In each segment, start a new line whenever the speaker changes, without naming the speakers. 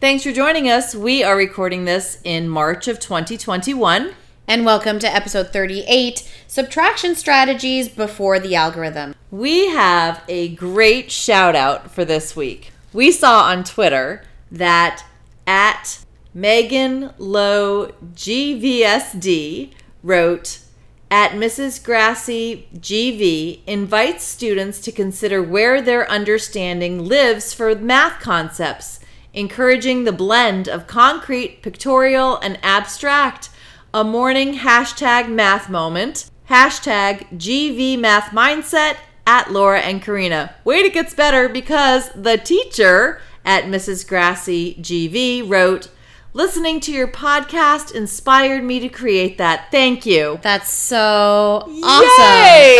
Thanks for joining us. We are recording this in March of 2021.
And welcome to episode 38 Subtraction Strategies Before the Algorithm.
We have a great shout out for this week. We saw on Twitter that at Megan Lowe GVSD wrote, at Mrs. Grassy GV invites students to consider where their understanding lives for math concepts, encouraging the blend of concrete, pictorial, and abstract. A morning hashtag math moment, hashtag GV math mindset at Laura and Karina. Wait, it gets better because the teacher at Mrs. Grassy GV wrote, Listening to your podcast inspired me to create that. Thank you.
That's so awesome.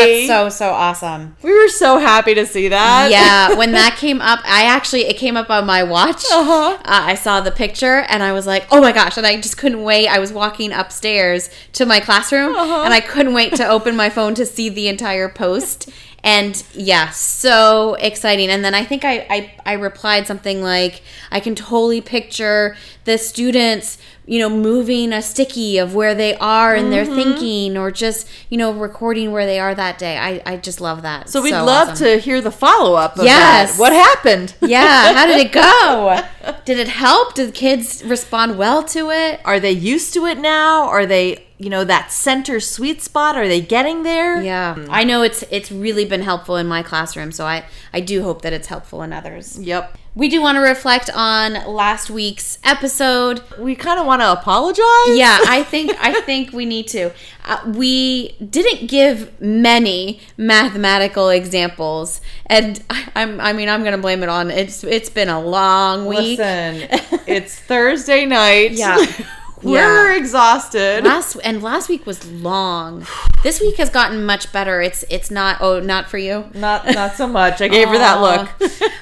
Yay!
That's so, so awesome.
We were so happy to see that.
yeah, when that came up, I actually it came up on my watch.
Uh-huh.
Uh, I saw the picture and I was like, "Oh my gosh!" And I just couldn't wait. I was walking upstairs to my classroom
Uh-huh.
and I couldn't wait to open my phone to see the entire post. And yeah, so exciting. And then I think I, I I replied something like, "I can totally picture the students." You know, moving a sticky of where they are
Mm-hmm.
in their thinking, or just you know recording where they are that day. I, I just love that.
So we'd love
awesome.
to hear the follow up of
Yes.
that. What happened?
Yeah, how did it go? Did it help? Did kids respond well to it?
Are they used to it now? Are they, you know, that center sweet spot? Are they getting there?
Yeah. I know it's it's really been helpful in my classroom, so I I do hope that it's helpful in others.
Yep.
We do want to reflect on last week's episode.
We kind of want to apologize.
Yeah, I think I think we need to. Uh, we didn't give many mathematical examples, and I, I'm I mean I'm gonna blame it on it's it's been a long week.
Listen, it's Thursday night.
Yeah.
We're exhausted.
last and last week was long. This week has gotten much better. It's it's not oh not for you.
Not not so much. I gave her that look.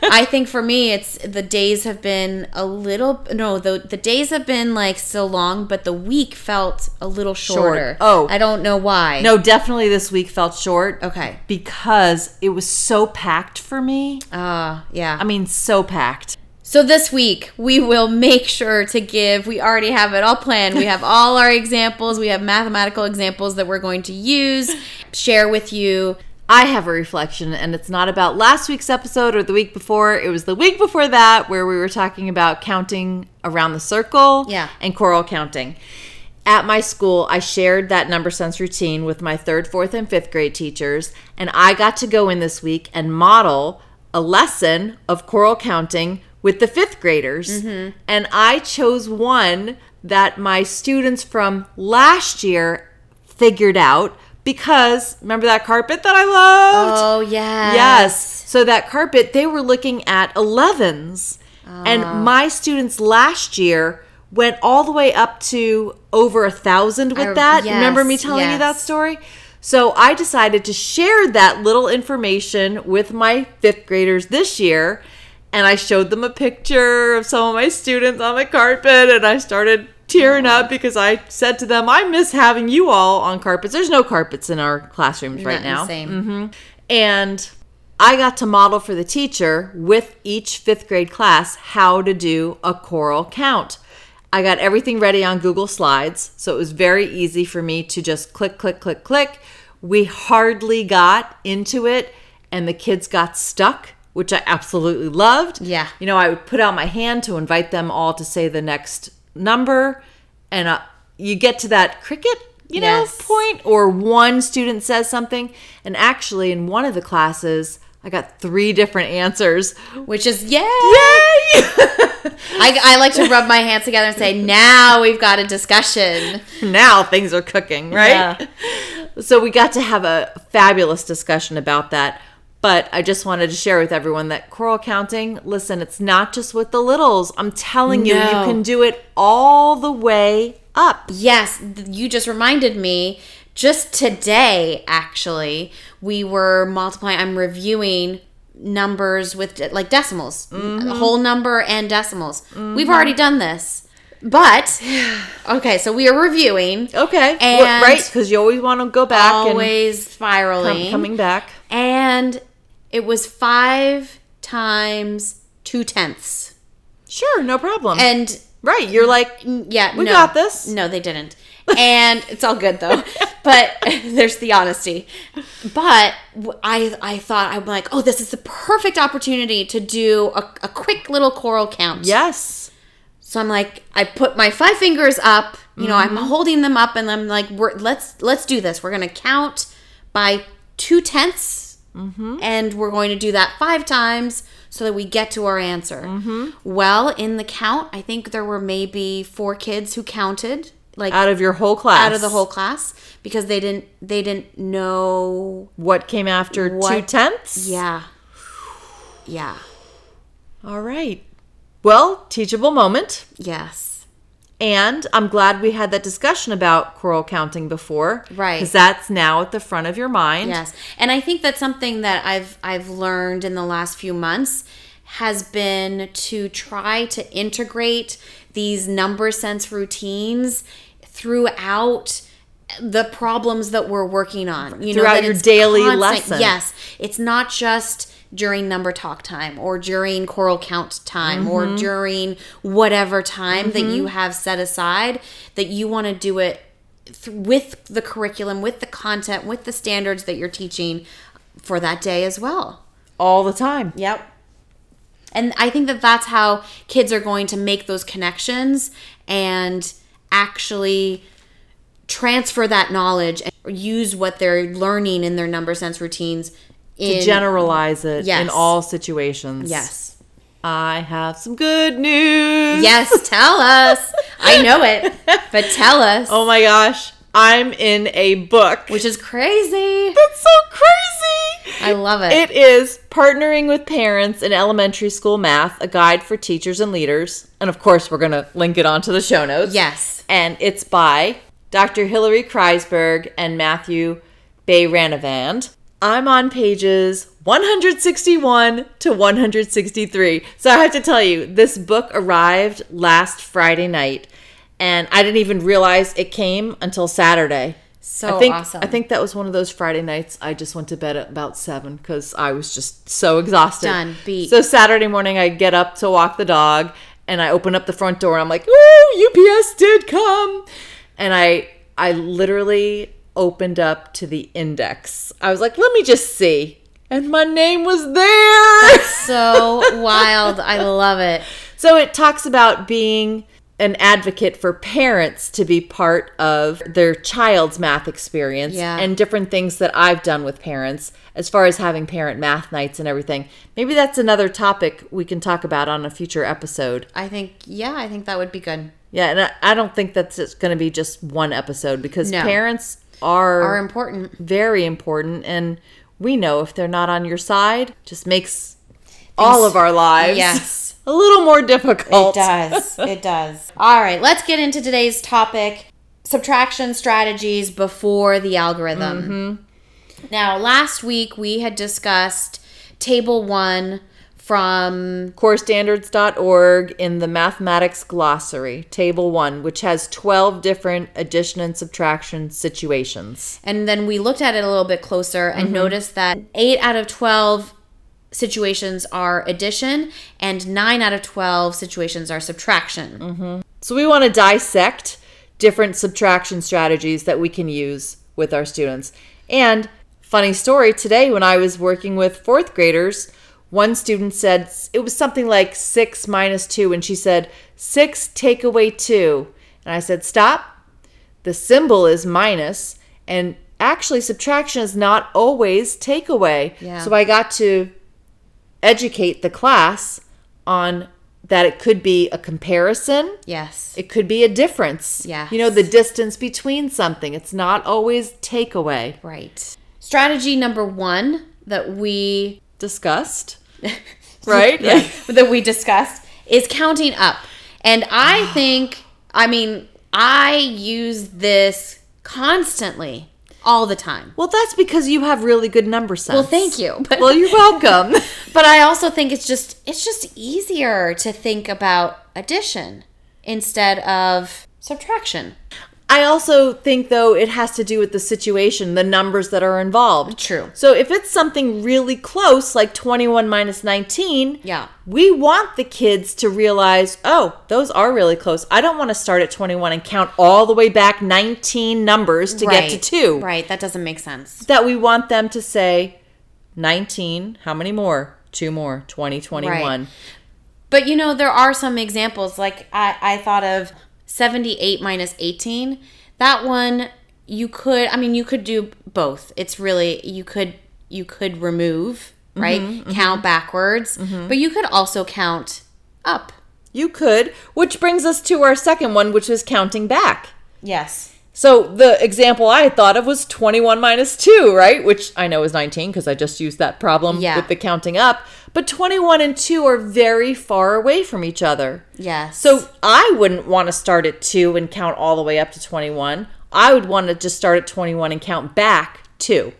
I think for me it's the days have been a little no the the days have been like so long but the week felt a little shorter.
Oh.
I don't know why.
no, definitely this week felt short.
Okay.
Because it was so packed for me.
Ah, yeah.
I mean, so packed.
So this week we will make sure to give. We already have it all planned. We have all our examples. We have mathematical examples that we're going to use, share with you.
I have a reflection, and it's not about last week's episode or the week before. It was the week before that where we were talking about counting around the circle
Yeah.
and choral counting. At my school, I shared that number sense routine with my third, fourth, and fifth grade teachers, and I got to go in this week and model a lesson of choral counting with the fifth graders. And I chose one that my students from last year figured out because remember that carpet that I loved?
Oh yeah.
Yes. So that carpet, they were looking at 11s.
Ah.
And my students last year went all the way up to over a thousand with
I-
that. Remember me
Oh, yes,
telling you that
yes.
story? So I decided to share that little information with my fifth graders this year. And I showed them a picture of some of my students on the carpet, and I started tearing up because I said to them, I miss having you all on carpets. There's no carpets in our classrooms right
Not
now. Mm-hmm.
the same.
And I got to model for the teacher with each fifth grade class how to do a choral count. I got everything ready on Google Slides, so it was very easy for me to just click, click, click, click. We hardly got into it, and the kids got stuck, which I absolutely loved.
Yeah.
You know, I would put out my hand to invite them all to say the next number, and uh, you get to that cricket, you know,
Yes.
point or one student says something and actually in one of the classes i got three different answers
Which is yeah.
yay
I, I like to rub my hands together and say, now we've got a discussion.
now things are cooking right so we got to have a fabulous discussion about that But I just wanted to share with everyone that choral counting, listen, it's not just with the littles. I'm telling you, you
No.
can do it all the way up.
Yes, th- you just reminded me. Just today, actually, we were multiplying. I'm reviewing numbers with de- like decimals,
Mm-hmm.
a whole number and decimals. We've already done this, but okay. So we are reviewing,
Okay.
And-
Well, right? Because you always want to go back
always
and
spiraling,
come, coming back.
and it was five times two tenths,
Sure, no problem.
and
right. You're like,
Yeah,
We
no.
got this.
No, they didn't, and it's all good though. But there's the honesty. But w- I, I thought I'm like, oh, this is the perfect opportunity to do a, a quick little choral count.
yes.
So I'm like, I put my five fingers up. You know, I'm holding them up, and I'm like, we're, let's let's do this. We're gonna count by two tenths, and we're going to do that five times so that we get to our answer. Well, in the count, I think there were maybe four kids who counted, like out,
Out of your whole class.
of the whole class, because they didn't they didn't know.
What came after
What-
two tenths?
Yeah, yeah,
All right. Well, teachable moment.
yes,
And I'm glad we had that discussion about choral counting before.
Right.
Because that's now at the front of your mind.
Yes. And I think that's something that I've I've learned in the last few months has been to try to integrate these number sense routines throughout the problems that we're working on. You
Throughout
that
your
it's
daily lesson.
Yes. It's not just during number talk time or during choral count time or
Mm-hmm.
during whatever time that you have set aside that you want to do it th- with the curriculum, with the content, with the standards that you're teaching for that day as well.
All the time.
Yep. And I think that that's how kids are going to make those connections and actually transfer that knowledge and use what they're learning in their number sense routines in
To generalize it in
Yes.
all situations.
Yes.
I have some good news.
Yes, tell us. I know it, but tell us,
Oh my gosh. I'm in a book.
which is crazy.
That's so crazy.
I love it.
It is Partnering with Parents in Elementary School Math, a guide for teachers and leaders. And of course, we're going to link it onto the show notes.
Yes.
And it's by Dr. Hilary Kreisberg and Matthew Bayranavand. I'm on pages 161 to 163. So I have to tell you, this book arrived last Friday night. And I didn't even realize it came until Saturday.
So
I think
awesome.
I think that was one of those Friday nights I just went to bed at about seven because I was just so exhausted.
Done. Beat.
So Saturday morning I get up to walk the dog and I open up the front door and I'm like, "Ooh, UPS did come," and I I literally opened up to the index. I was like, "Let me just see," and my name was there.
so wild. I love it.
So it talks about being an advocate for parents to be part of their child's math experience
Yeah.
and different things that I've done with parents as far as having parent math nights and everything. Maybe that's another topic we can talk about on a future episode.
I think yeah, I think that would be good.
Yeah, and I- I don't think that's going to be just one episode because
No.
parents are,
Are important.
very important and we know if they're not on your side just makes all of our lives
Yes.
a little more difficult.
does. It does. All right, let's get into today's topic subtraction strategies before the algorithm. Now, last week we had discussed table one from,
corestandards.org in the mathematics glossary table 1 which has 12 different addition and subtraction situations
and then we looked at it a little bit closer and noticed that eight out of 12 situations are addition and nine out of 12 situations are subtraction.
so we want to dissect different subtraction strategies that we can use with our students and funny story today when i was working with fourth graders one student said s- it was something like 6 minus 2 and she said 6 take away 2 and i said stop The symbol is minus, and actually, subtraction is not always takeaway.
Yeah.
So I got to educate the class on that it could be a comparison,
Yes.
it could be a difference.
Yes.
You know, the distance between something. It's not always takeaway.
Right. Strategy number one that we
Disgust. Right?
yeah, that we discussed is counting up. And I think, I mean, I use this constantly, all the time.
Well, that's because you have really good number sense.
Well, thank you. But,
Well, you're welcome.
but I also think it's just it's just easier to think about addition instead of subtraction.
I also think though it has to do with the situation, the numbers that are involved.
True.
So if it's something really close like 21 minus 19,
Yeah.
we want the kids to realize, "Oh, those are really close. I don't want to start at 21 and count all the way back 19 numbers to get to 2."
Right. That doesn't make sense.
That we want them to say 19, how many more? Two more, 20, 21.
But you know, there are some examples. Like I, I thought of 78 minus 18. That one you could I mean you could do both. It's really you could you could remove, right? count backwards. But you could also count up.
You could, which brings us to our second one, which is counting back.
Yes.
So the example I thought of was 21 minus 2, right? Which I know is 19 because I just used that problem
Yeah.
with the counting up. But 21 and 2 are very far away from each other.
Yes.
So I wouldn't want to start at 2 and count all the way up to 21. I would want to just start at 21 and count back 2.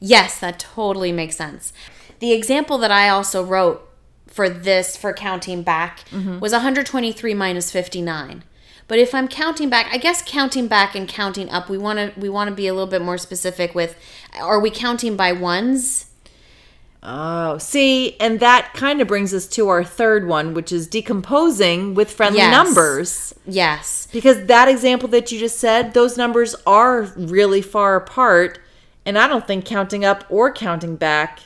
Yes, that totally makes sense. The example that I also wrote for this for counting back
Mm-hmm.
was 123 minus 59. But if I'm counting back, I guess counting back and counting up, we want to we want to be a little bit more specific with are we counting by ones?
Oh, see, and that kind of brings us to our third one, which is decomposing with friendly
Yes.
numbers.
Yes.
Because that example that you just said, those numbers are really far apart. And I don't think counting up or counting back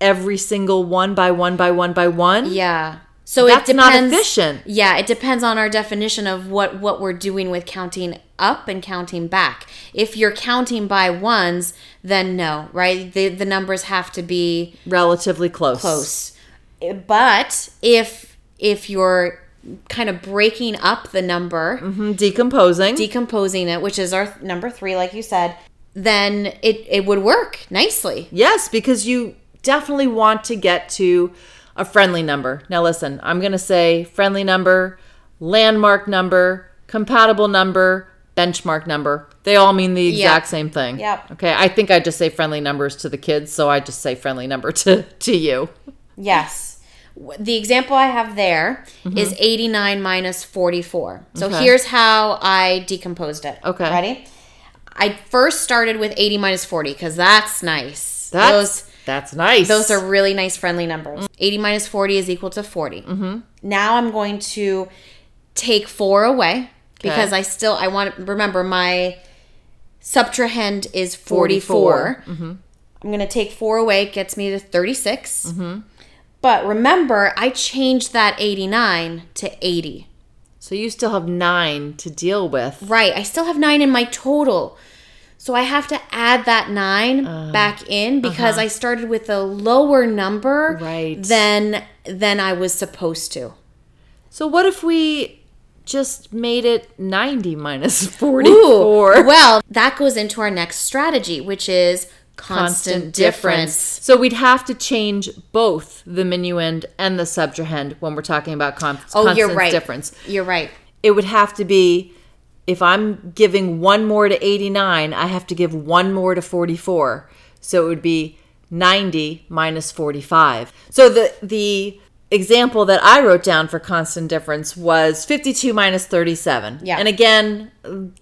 every single one by one by one by one.
Yeah. So
That's
it
not
depends
efficient.
Yeah, it depends on our definition of what what we're doing with counting up and counting back. If you're counting by ones, then no, right? The the numbers have to be
Relatively close.
close. But if if you're kind of breaking up the number,
Mhm, Decomposing.
decomposing it, which is our th- number 3 like you said, then it it would work nicely.
yes, because you definitely want to get to a friendly number. Now, listen, I'm going to say friendly number, landmark number, compatible number, benchmark number. They all mean the exact same thing.
Yep.
Okay, I think I just say friendly numbers to the kids, so I just say friendly number to to you.
Yes. W- The example I have there is 89 minus 44. So
Mm-hmm. Okay.
here's how I decomposed it.
Okay.
Ready? I first started with 80 minus 40 cuz that's nice.
That's
Those-
that's nice.
Those are really nice friendly numbers. 80 minus 40 is equal to 40. Mm-hmm. Now I'm going to take four away because I still I want remember my subtrahend is 44. I'm going to take four away gets me to 36. But remember I changed that 89 to 80.
so you still have nine to deal with.
Right. I still have nine in my total. So I have to add that nine
Uh,
back in because I started with a lower number
uh-huh. Right.
than than I was supposed to.
So what if we just made it ninety minus forty four?
Well, that goes into our next strategy, which is constant, difference.
So we'd have to change both the minuend and the subtrahend when we're talking about con-
Oh,
constant
you're right.
difference.
You're right.
It would have to be if I'm giving one more to 89, I have to give one more to 44. So it would be 90 minus 45. So the the example that I wrote down for constant difference was 52 minus 37.
Yeah.
And again,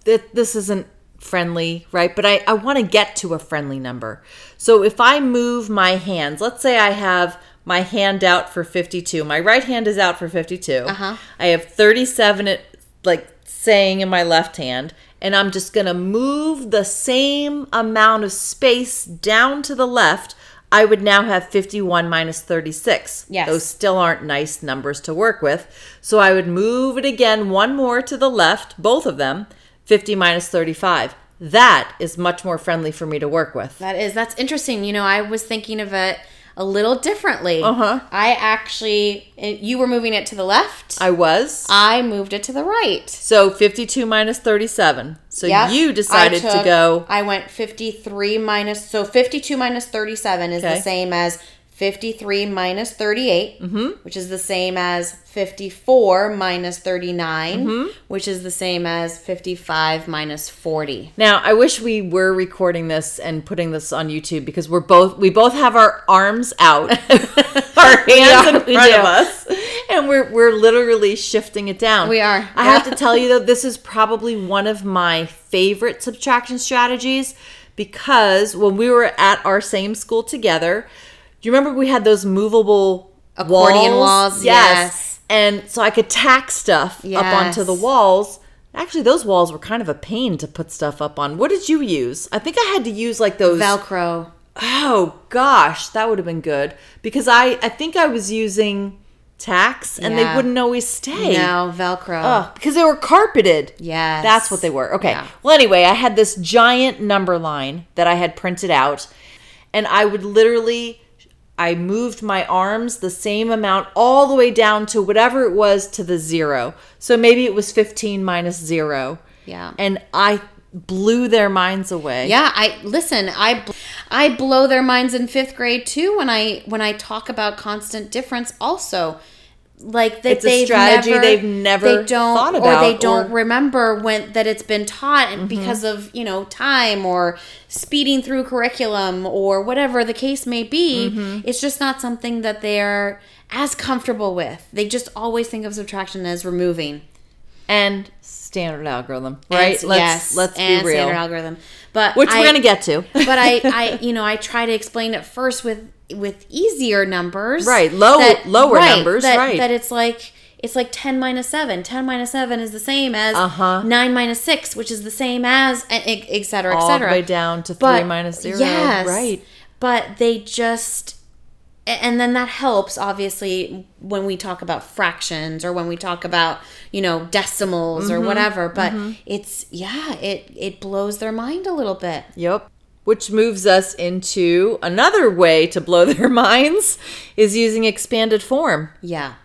th- this isn't friendly, right? But I, I want to get to a friendly number. So if I move my hands, let's say I have my hand out for 52. My right hand is out for 52.
Uh-huh.
I have 37 at, like saying in my left hand and I'm just going to move the same amount of space down to the left. I would now have 51 minus 36.
Yes.
Those still aren't nice numbers to work with. So I would move it again one more to the left, both of them, 50 minus 35. That is much more friendly for me to work with.
That is that's interesting. You know, I was thinking of it a little differently.
Uh-huh.
I actually, you were moving it to the left.
I was.
I moved it to the right.
so 52 minus 37. So
Yep. I
you decided to
took-
go.
I went 53 minus, so 52 minus 37 is
Okay.
the same as 53 minus 38,
Mm-hmm.
which is the same as 54 minus 39,
Mm-hmm.
which is the same as 55 minus 40.
Now, I wish we were recording this and putting this on YouTube because we're both we both have our arms out, our hands
are,
in
we
front
do.
of us, and we're we're literally shifting it down.
We are.
I have to tell you though, this is probably one of my favorite subtraction strategies because when we were at our same school together, do you remember we had those movable
Accordion walls, yes.
And so I could tack stuff up onto the
Yes.
walls. Actually, those walls were kind of a pain to put stuff up on. What did you use? I think I had to use like those.
Velcro.
oh gosh, that would have been good because I I think I was using tacks and they
Yeah.
wouldn't always stay.
No, Velcro.
Ugh, Oh, because they were carpeted.
Oh. Yes.
That's what they were. Okay.
Yeah.
Well, anyway, I had this giant number line that I had printed out, and I would literally, I moved my arms the same amount all the way down to whatever it was to the zero. So maybe it was 15 minus zero.
Yeah.
And I blew their minds away.
Yeah, I listen. I bl- I blow their minds in fifth grade too when I when I talk about constant difference. Also, like that
It's a
they've
strategy
never,
they've never
they don't
thought
or they
about,
don't
or- Mm-hmm.
remember when that it's been taught and because of you know time or speeding through curriculum or whatever the case may be.
Mm-hmm.
It's just not something that they're as comfortable with. They just always think of subtraction as removing.
And standard algorithm,
And
right?
s-
let's
yes,
let's
and
be real.
standard algorithm, but
Which
I-
we're gonna get to.
but I, I you know i try to explain it first with with easier numbers
Right, low- lower numbers,
that,
right.
that it's like it's like 10 minus 7 10 minus 7 is the same as
Uh-huh.
9 minus 6 which is the same as and e- et cetera et
all the
cetera
way down to three
But-
minus zero.
yes,
Right.
but they just a- and then that helps obviously when we talk about fractions or when we talk about you know decimals
Mm-hmm,
or whatever but it's yeah it it blows their mind a little bit
Yep. Which moves us into another way to blow their minds is using expanded form.
yeah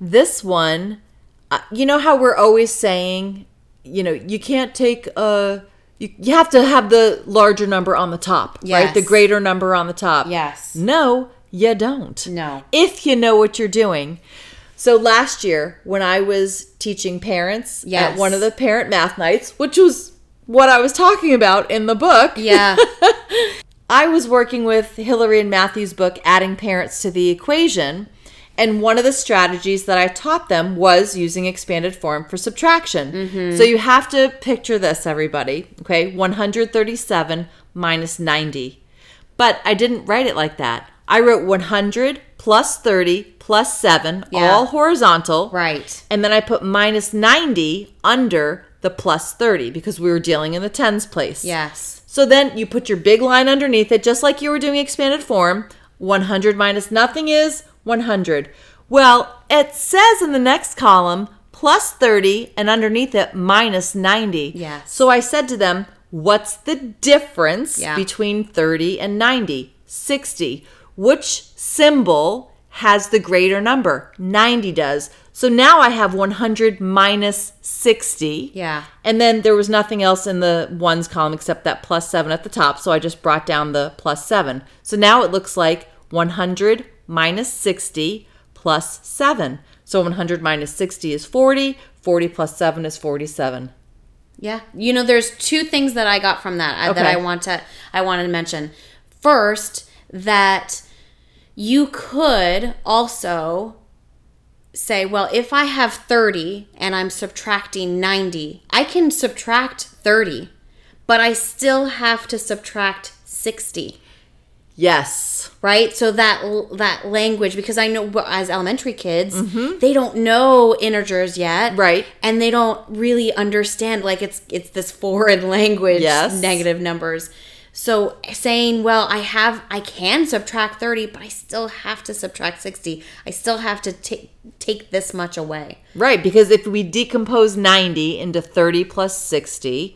This one, uh, you know how we're always saying, you know, you can't take a you, you have to have the larger number on the top, right?
Yes.
The greater number on the top.
yes
No, you don't.
No.
If you know what you're doing. So last year, when I was teaching parents at
Yes.
one of the parent math nights, which was what I was talking about in the book,
Yeah.
I was working with Hillary and Matthew's book, Adding Parents to the Equation. And one of the strategies that I taught them was using expanded form for subtraction.
Mm-hmm.
So you have to picture this, everybody. Okay, 137 minus 90. But I didn't write it like that. I wrote 100 plus 30 plus 7,
Yeah.
all horizontal.
right.
And then I put minus 90 under the plus 30 because we were dealing in the tens place.
Yes.
So then you put your big line underneath it, just like you were doing expanded form. 100 minus nothing is 100. Well, it says in the next column plus 30 and underneath it minus 90.
Yes.
So I said to them, What's the difference
Yeah.
between 30 and 90? 60. Which symbol has the greater number? 90 does. So now I have 100 minus 60.
Yeah.
And then there was nothing else in the ones column except that plus seven at the top. So I just brought down the plus seven. So now it looks like 100 minus 60 plus seven. So 100 minus 60 is 40. 40 plus seven is 47.
Yeah. You know, there's two things that I got from that uh, that
Okay.
I want to I wanted to mention. First, that you could also say, well, if I have 30 and I'm subtracting 90, I can subtract 30, but I still have to subtract 60.
Yes.
right so that that language because i know well, as elementary kids they don't know integers yet
Mm-hmm. Right.
and they don't really understand like it's it's this foreign language
Yes.
negative numbers so saying well i have i can subtract 30 but i still have to subtract 60 i still have to take take this much away
Right. Because if we decompose 90 into 30 plus 60,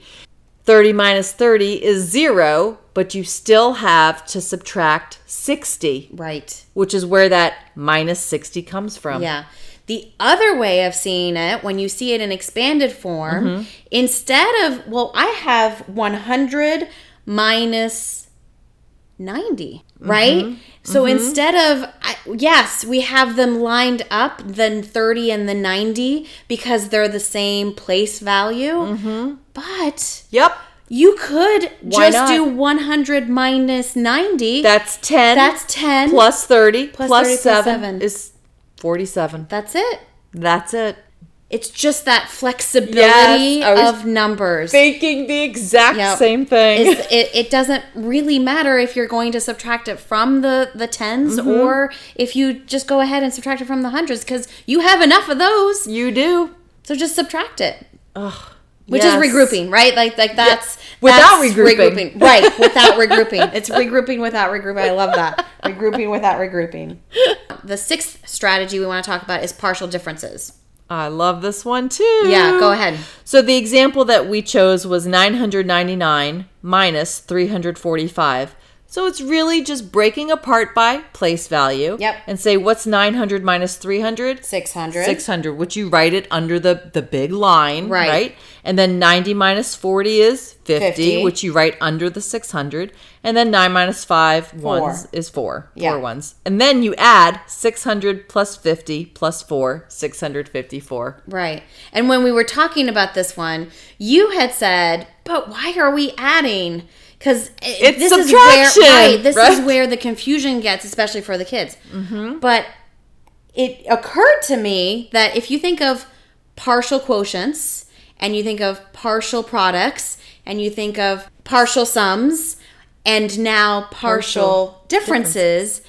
30 minus 30 is zero. but you still have to subtract 60,
Right.
which is where that minus 60 comes from.
Yeah. The other way of seeing it, when you see it in expanded form,
Mm-hmm.
instead of, well, I have 100 minus 90,
Mm-hmm.
right? So instead of, I, yes, we have them lined up, the 30 and the 90, because they're the same place value. But
Yep.
you could
Mm-hmm. Why
just
not?
do 100 minus 90.
That's 10.
That's 10.
plus 30 plus,
plus
30
30
7,
plus seven.
is 47.
That's it.
That's it.
It's just that flexibility
Yes, I was
of numbers.
Thinking the exact
Yep.
same thing.
Is- it, it doesn't really matter if you're going to subtract it from the, the 10s
Mm-hmm.
or if you just go ahead and subtract it from the hundreds because you have enough of those.
you do.
So just subtract it.
Ugh.
Which
Yes.
is regrouping, right? Like like that's
Without
that's
regrouping.
Right, without regrouping. It's regrouping without regrouping. I love that. regrouping without regrouping. The sixth strategy we want to talk about is partial differences.
I love this one too.
Yeah, go ahead.
So the example that we chose was 999 minus 345. So it's really just breaking apart by place value.
Yep.
And say what's 900 minus 300?
600.
600, which you write it under the the big line, right?
Right.
And then 90 minus 40 is 50,
50.
which you write under the 600. And then 9 minus 5
Four.
ones is 4,
Yeah.
four ones. And then you add 600 plus 50 plus 4, 654.
Right. And when we were talking about this one, you had said, "But why are we adding?" Because
It's
this is
subtraction,
where right, this is
right? Mm-hmm.
where the confusion gets, especially for the kids. But it occurred to me that if you think of partial quotients and you think of partial products and you think of partial sums and now partial, differences,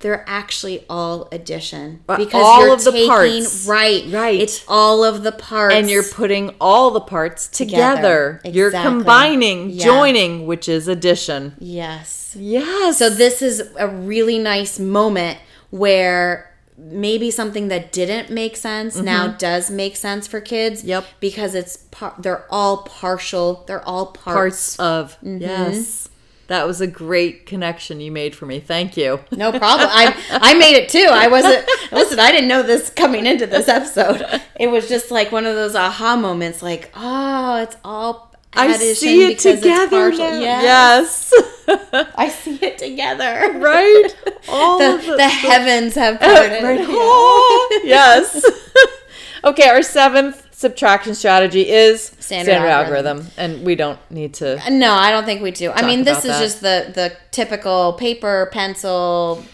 they're actually all addition
But
because
all
you're
of the
taking
parts.
right
Right.
it's all of the parts
And you're putting all the parts together.
Together.
You're
Exactly.
combining,
Yeah.
joining, which is addition.
yes
Yes.
so this is a really nice moment where maybe something that didn't make sense now does make sense for kids
Mm-hmm. Yep.
because it's par- they're all partial they're all parts, Mm-hmm.
parts of. Yes. That was a great connection you made for me. Thank you.
no problem i i made it too i wasn't listen i didn't know this coming into this episode it was just like one of those aha moments like oh it's all
I
addition
see it
because it's
together.
partial.
now.
Yes.
Yes.
I see it together.
right? All
The,
of Uh,
the heavens have parted.
Right. Oh, yes. okay, our seventh subtraction strategy is standard,
Standard
algorithm.
algorithm.
and we don't need to.
No, I don't think we do. I mean,
about
this is
that.
just the the typical paper pencil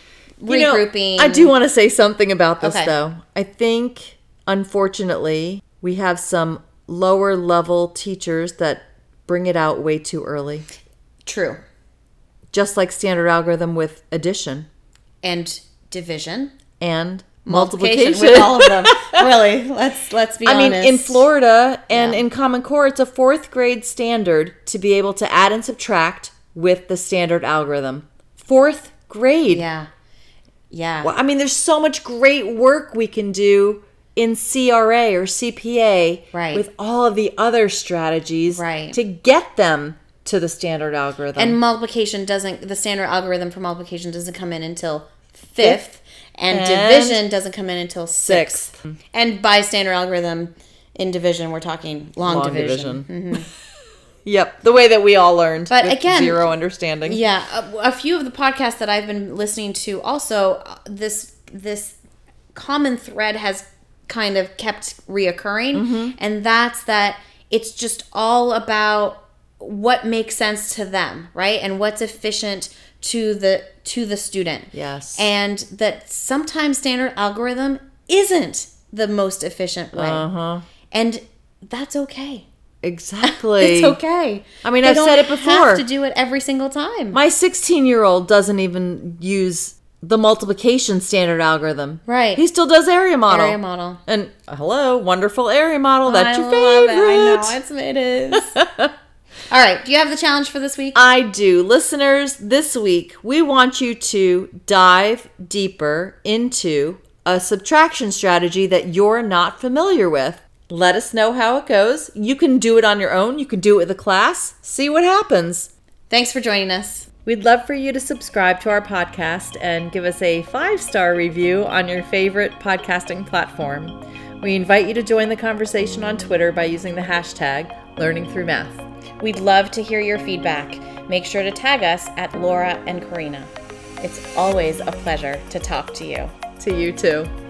You know,
regrouping.
I do want to say something about this
Okay.
though. I think unfortunately we have some lower level teachers that bring it out way too early,
true
just like standard algorithm with addition
and division
and multiplication.
multiplication with all of them. really, let's let's be
I mean,
honest.
in Florida and in Common Core, it's a fourth grade standard to be able to add and subtract with the standard algorithm. Fourth grade.
yeah, yeah,
Well, I mean, there's so much great work we can do in CRA or CPA
Right.
with all of the other strategies
Right.
to get them to the standard algorithm.
and multiplication doesn't. The standard algorithm for multiplication doesn't come in until fifth, and,
And-
division doesn't come in until sixth.
sixth
And by standard algorithm in division, we're talking long,
long
division. Mm-hmm.
division. yep, the way that we all learned.
But
with
again-
zero understanding.
Yeah, a, a few of the podcasts that I've been listening to also uh, this this common thread has kind of kept reoccurring,
Mm-hmm.
and that's that it's just all about what makes sense to them, right, and what's efficient to the to the student.
Yes.
and that sometimes standard algorithm isn't the most efficient way,
uh-huh.
and that's okay.
Exactly.
It's okay.
I mean,
They
I've
don't
said it before.
Have to do it every single time.
My 16 year old doesn't even use the multiplication standard algorithm.
Right.
He still does area model.
Area model.
And uh, hello, wonderful area model. That's
I
your
love
favorite.
It. I know it's it is. All right. Do you have the challenge for this week?
I do. Listeners, this week we want you to dive deeper into a subtraction strategy that you're not familiar with. Let us know how it goes. You can do it on your own, you can do it with a class, see what happens.
Thanks for joining us.
We'd love for you to subscribe to our podcast and give us a five star review on your favorite podcasting platform. We invite you to join the conversation on Twitter by using the hashtag LearningThroughMath.
We'd love to hear your feedback. Make sure to tag us at Laura and Karina. It's always a pleasure to talk to you.
To you too.